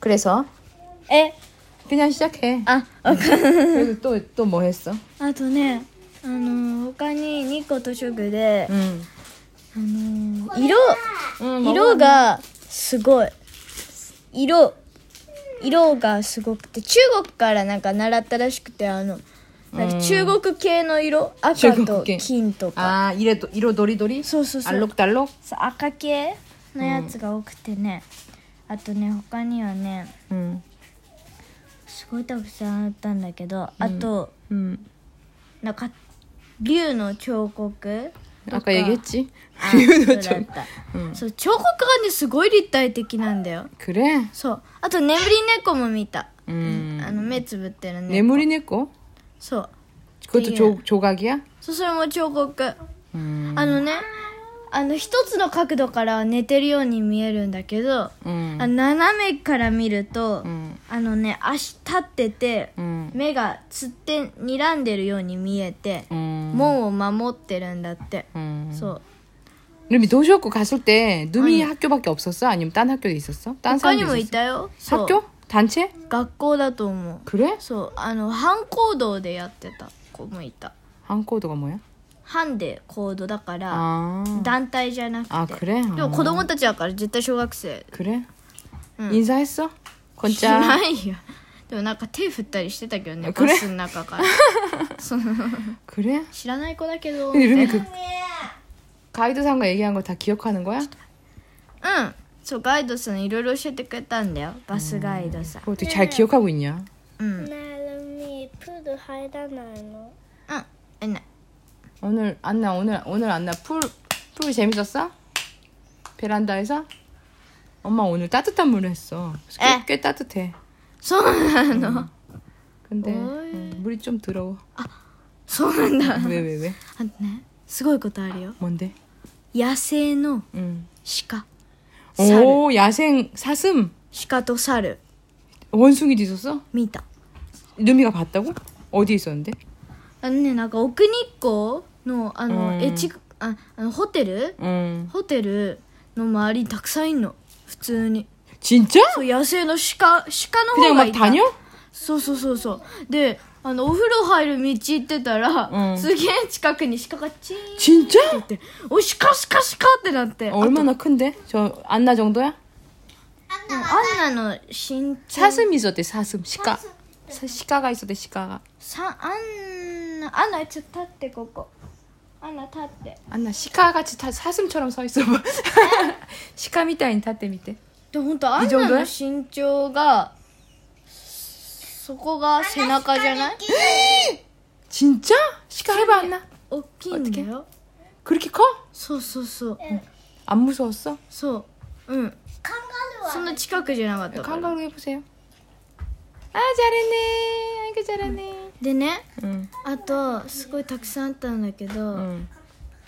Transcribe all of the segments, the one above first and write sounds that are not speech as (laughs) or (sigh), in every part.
그래서 에? 그냥 시작해. あ、わか 그래서 또 또 뭐 했어? あとね、あの、他にニコとショクで、 응. あの、色、 응, 뭐 色がすごい。色、色がすごくて、中国からなんか習ったらしくて、あの、なんか中国系の色、赤と中国系金とか。 아, 이래 도, 이로 도리도리? そうそうそう。 알록달록? そう赤系のやつが多くてね、あとね他にはね 응. すごいたくさんあったんだけど、あと 응. なんか竜の彫刻 아까 얘기했지? あ 이유도 そうだっ 좀 た、そう彫刻がねすごい立体的なんだよ 그래. そうあと眠り猫も見た、 음. あの目つぶってるね 내물이 내꺼? そう 그것도 조, 조각이야? そうそれも彫刻 음. あのねあの一つの角度からは寝てるように見えるんだけど、 음. あ斜めから見ると、 음. あのね足立ってて、 음. 目がつって睨んでるように見えて、 음. 門を守ってるんだって、 음. そう 그럼 도시학교 갔을 때 누미 학교밖에 없었어? 아니면 딴 학교에 있었어? 딴 他に 사람도 もい뭐 있었어? たよそう 학교? 단체? 学校だと思う 그래? そうあの半行動でやってた子もいた 한 코드가 뭐야? 半で行動だから、 아. 어. 団体じゃなくてあくでれも子供たちだから絶対小学生 그래? 응. 인사했어? しな 건짜. いよでもなんか手振ったりしてたけどねくれバスの中からその 그래? 知らない子だけど 근데 み 이름이 たい 그 가이드상과 얘기한 거 다 기억하는 거야? なうんそうガイドさんいろいろ教えてくれたんだよバスガイドさん 그거 어떻게 네. 잘 기억하고 있냐? うんうんなるみプール入らないのえな 오늘 안나 오늘 오늘 안나 풀 풀 재밌었어? 베란다에서? 엄마 오늘 따뜻한 물을 했어. 그래서 꽤, 에. 꽤 따뜻해. そうなの 근데 어이. 음, 물이 좀 더러워. そうなんだ 왜 왜 왜? あとねすごいことあるよ 뭔데? 野生の 음. 鹿猿 오 야생 사슴 鹿と猿 원숭이도 있었어? 見た 누미가 봤다고? 어디 있었는데? あのねなんか奥日光のあの、うんえちああのホテル 음 ホテルの周りにたくさんいんの普通に 진짜? そう野生の鹿鹿の方 그냥 が 막 いた 다녀? そうそうそうそうであのお風呂入る道行ってたら、うんすげえ近くに鹿がチーンって 진짜? 言って「おい鹿鹿鹿!」ってなって、 어, 얼마나 큰데? 저 안나 정도야? あとうんアンナの身長 사슴이 있었대 사슴 네. 시가 사- 시가가 있었대 시가가 さアンナアンナちょっと立ってここアンナ立って 안나 시가같이 다 사슴처럼 서 있어 (laughs) 봐 시가 미타인 탓대 밑에 で本当アンいじょんナどのい身長がそこが背中じゃない 진짜? 시가 해봐 안나 大きいんだよ 그렇게 커? 네, そうそうそう 안 무서웠어? そううんカンガルーはそんな近くじゃなかったから 칸가루 그 해보세요 아 잘했네 아이고 잘하네 でね 응, あとすごいたくさんあったんだけど、 응.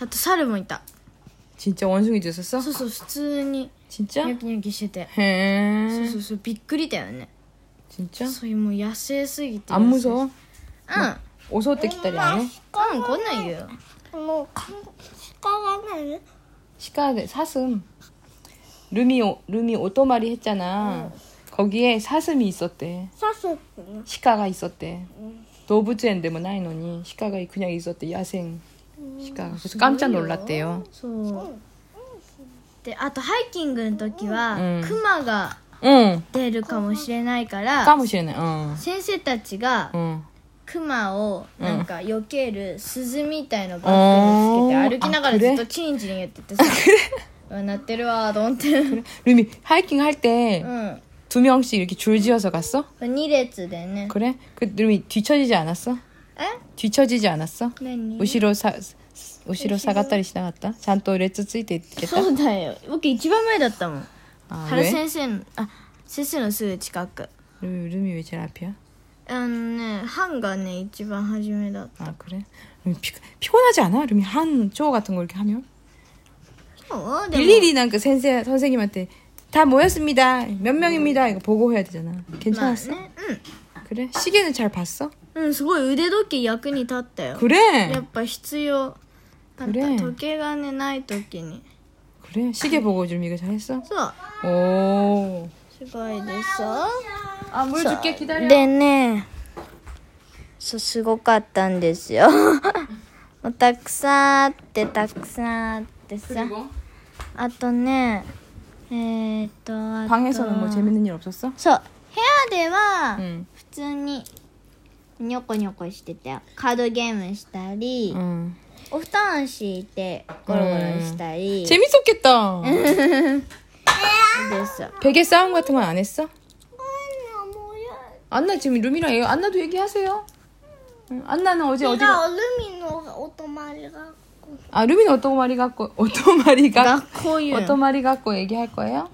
あと猿もいた 진짜 원숭이도 있었어? そうそう普通に 진짜? ニョキニョキしててそうへそうそうびっくりだよね 진짜? そういうもう野生すぎて 안 무서워? うん 오소 때 기다리 안 해? うん来ないよもうカン鹿がないの 시가 사슴 루미 오- 루미 오토마리 했잖아 거기에 사슴이 있었대 刺すってね 시가가 있었대 도부젠데 뭐 나이노니 시가가 그냥 있었대 야생 시가 그래서 깜짝 놀랐대요 そうであとハイキングの時は、うんクマが 응 出るかもしれないから、 까무시네 어. 응 先生たちが 응. クマをなんか避ける鈴みたいのバうんッグにつけて歩きながあらくずれっとチンチンやっててさうわ鳴ってるわーと思って (laughs) 루미 하이킹 할 때 두 うん 명씩 이렇게 줄 지어서 갔어? 2列でね 그래? 그 루미 뒤처지지 않았어? え 뒤처지지 않았어? 何 우시로 사 네. 우시로 어, 사갔다리 지나갔다? 잔또 레츠 쓰이때 있겠다? そうだよ僕一番前だったもん 아, 原先生のあ先生のすぐ近く 루미, 루미 왜 제일 앞이야? あのねハンがね一番初めだった 아 그래? 루미 피, 피곤하지 않아? 루미 한조 같은 거 이렇게 하면? そうでも 일일이 난 그 선생 선생님한테 다 모였습니다. 몇 명입니다. 이거 보고해야 되잖아. まあ 괜찮았어? ね 그래? 시계는 잘 봤어? うんうんすごい腕時計役に立ったよ 그래. やっぱ必要だっくたれ時計がねない時に 그래. 시계 보고 좀 이거 잘했어? そう 오. すごいでしょ 아 물 줄게 기다려. でねそうすごかったんです (laughs) よもうたくさんあってたくさんあってさ 그리고 あとねえー、っとあと 방에서는 아. 뭐 재밌는 일 없었어? そう部屋では 응 普通にニョコニョコしてたよカードゲームしたり、 응. お布団敷いてゴロゴロしたり、 재밌었겠다. ですよ 베개 싸움 같은 건 안 했어? 아니야 뭐야. 안나 지금 룸이랑 얘- 안나도 얘기하세요. 응, 안나는 어제 어디가? 내가 얼음이노가 오토마를 갖고. 아 루미는 어떤 말이 갖고 어떤 말이 갖고 学校言う 어떤 말이 갖고 얘기할 거예요?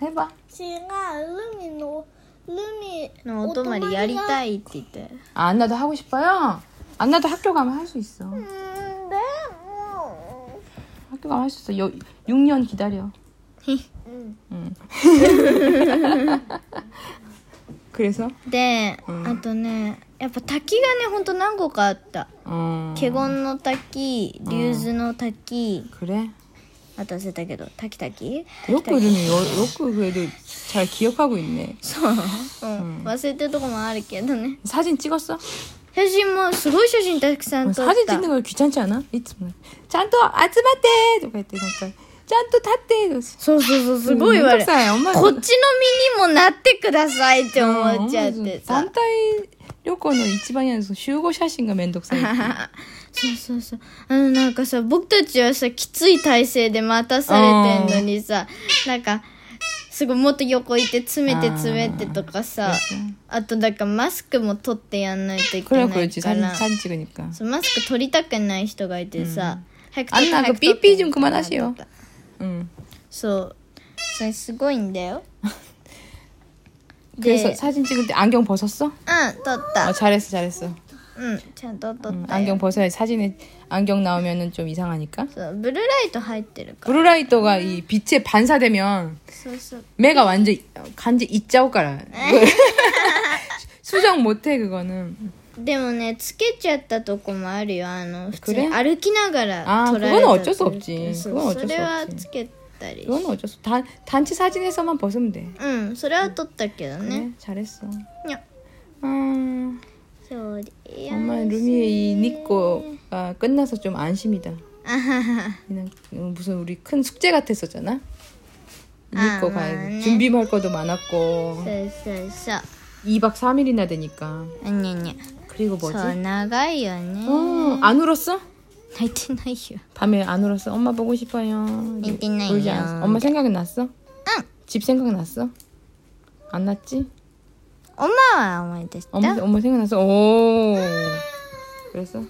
해봐. 제가 얼음이노 얼음이 のお泊まりやりたいって言って 아, 안나도 하고 싶어요? 안나도 학교 가면 할 수 있어. 음, 네. 뭐. 학교 가면 할 수 있어. 여, 6년 기다려. 음. 그래서? で、あとねやっぱ滝がねほんと何個かあった華 어. 厳の滝竜頭の滝 그래? あと忘れたけど滝滝 요크 이름이 요, 요크 그래도 잘 기억하고 있네. そう、うん、忘れてるとこもあるけどね 사진 찍었어? 写真もすごい写真たくさん撮った 사진 찍는 거 귀찮지 않아? 이쯤. 잔또 아즈마떼! 또 그랬대, 그러니까. 잔또 탔대! そうそうそうすごい言われるこっ 운동사에 ち 엄마. 어, の身にもなってくださいって思っちゃってさ 단타이 요코는 이치방에서 슈고샷인가 (laughs) 면독사. そうそうそうあのなんかさ僕たちはさきつい体勢で待たされてんのにさなんかすごいもっと横行って詰めて詰めてとかさあとだからマスクも取ってやんないといけな 그래 い 그렇지 か 사진 ら 사진 찍으니까. そうマスク取りたくない人がいてさ、早くあんた早くピーピー取って準備しようとか 응. そうそれすごいんだよ 그래서 で 사진 찍을 때 안경 벗었어? うん取っ 어, た 잘했어 잘했어. うんちゃんと取 응, ったよ 안경 벗어야 사진에 안경 나오면은 좀 이상하니까. そうブルーライト入ってるから 브루라이트가 이 빛에 반사되면 そうそう 매가 완전 간지 잊자고 가라. (laughs) 수정 못해 그거는. でもねつけちゃったとこもあるよあの普通くれに歩きながらあー撮られた 그건어쩔수없지 そ 그건어쩔 う 수 それは 없지 つけたり 그건 어쩔 수. 단 단체 사진에서만 벗으면 돼. うんそれは撮ったけどね 네, 잘했어. にゃ 아, そうでや 정말 루미의 이 니꼬가 끝나서 좀 안심이다. あはは 그냥 어, 무슨 우리 큰 숙제 같았었잖아. 아, 니꼬가 맞네. 준비할 것도 そ 많았고 うそうそう 2박 3일이나 되니까. あにゃにゃ 그리고 뭐지? そう長いよね 어, 안 울었어? 泣いてないよ 밤에 안 울었어. 엄마 보고 싶어요. 있긴 울지 해요. 않았어. 엄마 생각은 났어? 응. 집 생각은 났어? 안 났지? 엄마は思い出した 엄마 うん 엄마 생각났어. 오. 그랬어? 응.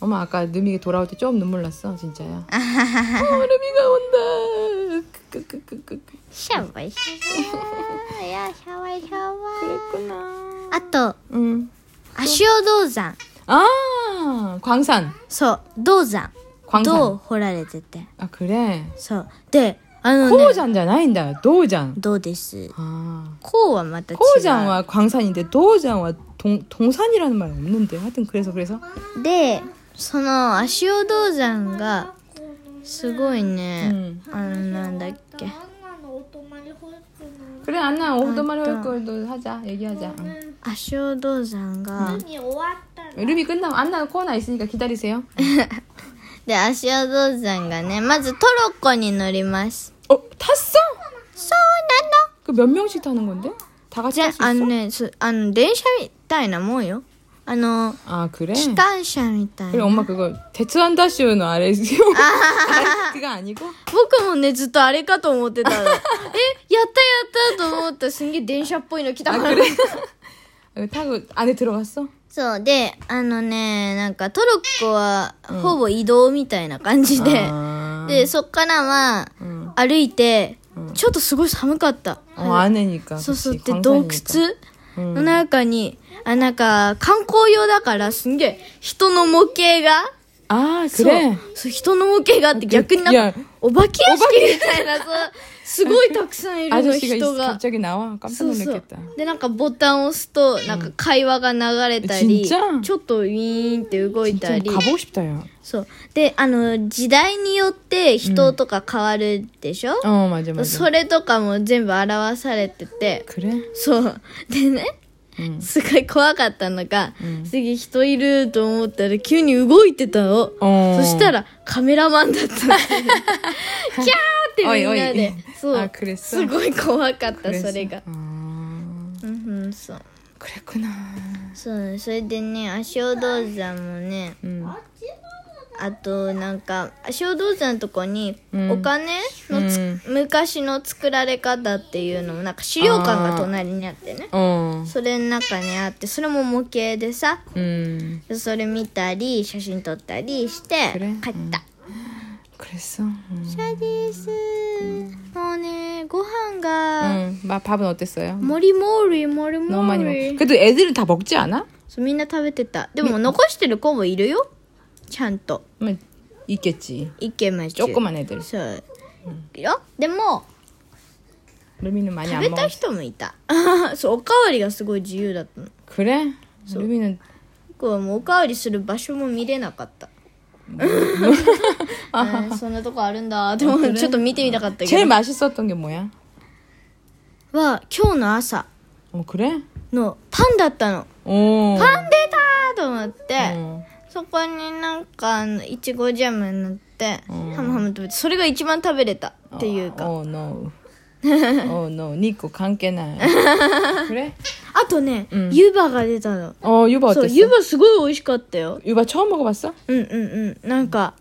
엄마 아까 루미가 돌아올 때 좀 눈물 (laughs) 났어 진짜야. 어, 루미가 온다. 끄끄끄끄끄. シャワイシャワイいやシャワイシャワイ 그랬구나. あと 응. 足尾銅山 음. 아 광산. そう銅山 광산 銅掘られてて 아 그래. そうであのね 고잔じゃないんだ. 도잔. どうです。 네. 아. こうはまた違う。 고잔와 광산인데 도잔와 동 동산이라는 말이 없는데 하여튼 그래서 그래서 で、その足尾銅山がすごいね。 응. あのなんだっけ。 나는 오토마를 홀수는. 그래 안나 오후도마리 맞다. 올 걸도 하자 얘기하자. 응. 足尾銅山が、 이미 왔다. 루미 끝나면 안나 코나 있으니까 기다리세요. で足尾銅山がね、まずトロッコに乗ります。 어 탔어? そうなの。 그 몇 명씩 타는 건데? 다 같이 じゃ 탈 수 あ、あ 있어? のね、すあの電車みたいなもんよ。あの 아 그래? 機関車みたい 그래 な。 엄마 그거 대츠한다쇼는 아래 그거 아니고 僕もねずっとあれかと思ってた (laughs) のえやったやったと思ったすんげえ電車っぽいの来 아, たから (laughs) 어, 타고 안에 들어갔어? そうであのねなんかトロッコはほぼ移動みたいな感じで、 아, でそっからはん歩いて、ちょっとすごい寒かった、 어, 안에니까 そうそう 그치, で洞 광산이니까. 窟の中に、あなんか観光用だからすんげえ人の模型があー그래 そうそう人の模型があって逆になんいやかお化け屋敷みたいなそうすごいたくさんいるの 아저씨가 人 있- が 갑자기 나와 깜짝 そうそう 놀랐겠다 でなんかボタンを押すとなんか会話が流れたり、うんちっちゃいちょっとウィーンって動いた 진짜 り 가보고 싶다 야. そうであの時代によって人とか変わるでしょ、 어 맞아 맞아 それとかも全部表されてて 그래 そうでね 응. すごい怖かったのが、うん次人いると思ったら急に動いてたの、おーそしたらカメラマンだ (laughs) ったのキャーってみんなでおいおいそうあ그랬어 すごい怖かったそれが 아, うんうんそう 그랬구나 そうそれでね足尾銅山もね 음. あとなんか足尾銅山のとこにうんお金のつ、昔の作られ方っていうのもなんか資料館が隣にあってね 어. それの中にあってそれも模型でさ 음. それ見たり写真撮ったりしてそれ帰った、 그랬어. 음. そうです、もうねご飯が、 음. 마 밥은 어땠어요? もりもりもり 너무 も 많이 り 먹. 그래도 애들은 다 먹지 않아? そうみんな食べてたでも残してる子もいるよちゃんと 음, 있겠지. イケメン中 조그만 애들. そう、よでも 루미는 많이 食 안 べた 먹어. 人もいた (laughs) そうおかわりがすごい自由だったの 그래? 루미는 僕はもうおかわりする場所も見れなか (laughs) った、うんそんなとこあるんだでもちょっと見てみたかったけど 제일 맛있었던 게 뭐야? は今日の朝 어 그래? のパンだったの 오. パン出たーと思って、 어. そこになんかあのいちごジャム塗って、うんハムハム食べてそれが一番食べれたっていうか、 어, no. 어, no. 니코 관계나. 그래? あとね、うん湯葉が出たの 어, 유바 そう 어땠어? 湯葉すごい美味しかったよ 유바 처음 먹어봤어? うんうんうんなんか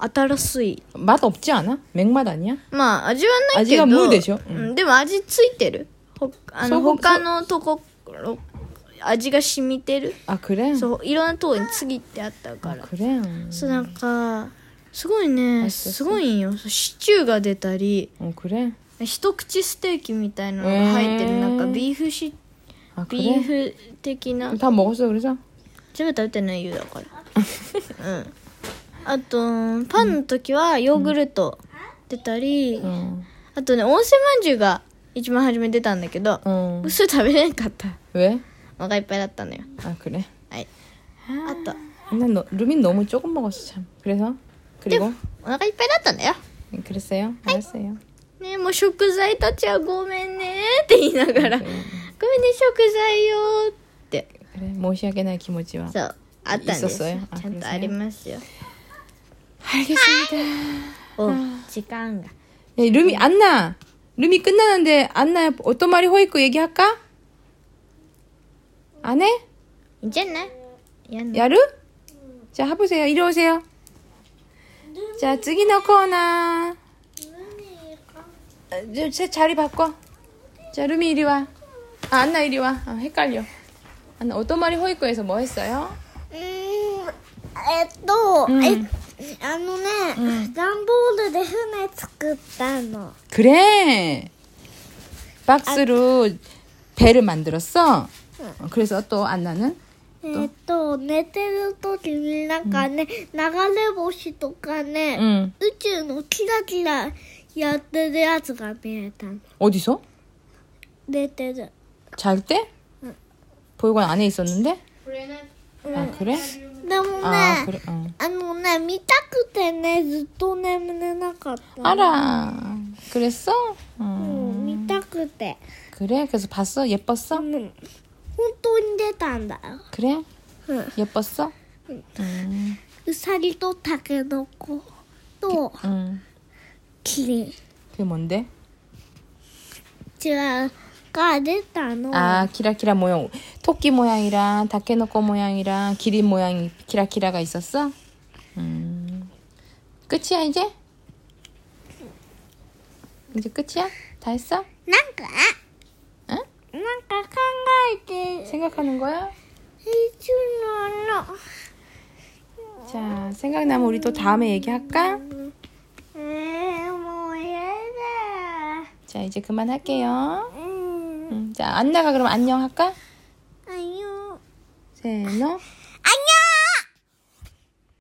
新しい 맛 없지 않아? 맥맛 아니야? まあ味はないけど味が無でしょううんんでも味ついてるほあのそうそう他のところ味が染みてる 아 그래? 어, そういろんなとこに次ってあったから 그래. そうなんかすごいねあそうそうすごいんよそうシチューが出たり 어 그래? 一口ステーキみたいなのが入ってる、へーなんかビーフシ 아 ビー 그래? フ的な 다 먹었어 그래서? 全部食べてないよだからうんあとパンの時はヨーグルト出たり、 어. あとね温泉まんじゅうが一番初め出たんだけど、 어. それ食べれなかった 왜? お腹いっぱいだったのよ 아 그래? はいあと 난 너, 루민 너무 조금 먹었어 참. 그래서? で 그리고? もお腹いっぱいだったんだよ 그랬어요? 알았어요. ねもう食材たちはごめんねって言いながら、ごめんね、食材よーって。 그래. 모시하게 날 기모지와. そう、あったんですよ 있었어요。あちゃんとありますよ。 알겠습니다. お、時間が。 야, 루미 안나. 루미 끝나는데 안나 어떤 말이 호있고 얘기할까? 안 해? いいんじゃないやんな 야루? 자, 해보세요. 이리 오세요. 자, 쯔기 넣고 오나. 어, 저, 제 자리 바꿔. 자, 루미 이리 와. 아, 안나 이리 와. 아, 헷갈려. 안나, 어떤 말이 호이코에서 뭐 했어요? うーんえっと、えあのね、段、ボールで船作ったの。 그래. 박스로 배를 만들었어. 어, 그래서 또 안나는? えっと、寝てる時になんかね、流れ星とかね、 응. 宇宙のキラキラやってるやつが見えたの。 어디서? 寝てる。 잘 때? 보육원 안에 있었는데? うん 아 、 그래? でもね、 아 あ 그래. 어. のね、見たくてね、ずっと眠れなかった。 알아. 그랬어? う 어. ん、見たくて。 그래? 그래서 봤어? う 예뻤어? ん、本当に出たんだよ。 그래? うん、 예뻤어? 음. うさぎとたけのこと、 음. キリン。 그게 뭔데? 違う、が出たの。 아 키라키라 모양 토끼 모양이랑 다케노코 모양이랑 기린 모양이 키라키라가 있었어? 음 끝이야 이제? 이제 끝이야? 다 했어? なんか、 응? なんか考えて、 생각하는 거야? いつのの。 자 생각나면 우리 또 다음에 얘기할까? えー、もうや 자 이제 그만할게요 だ。うん。 음, 자 안나가 그럼 안녕 할까? あゆ。 세노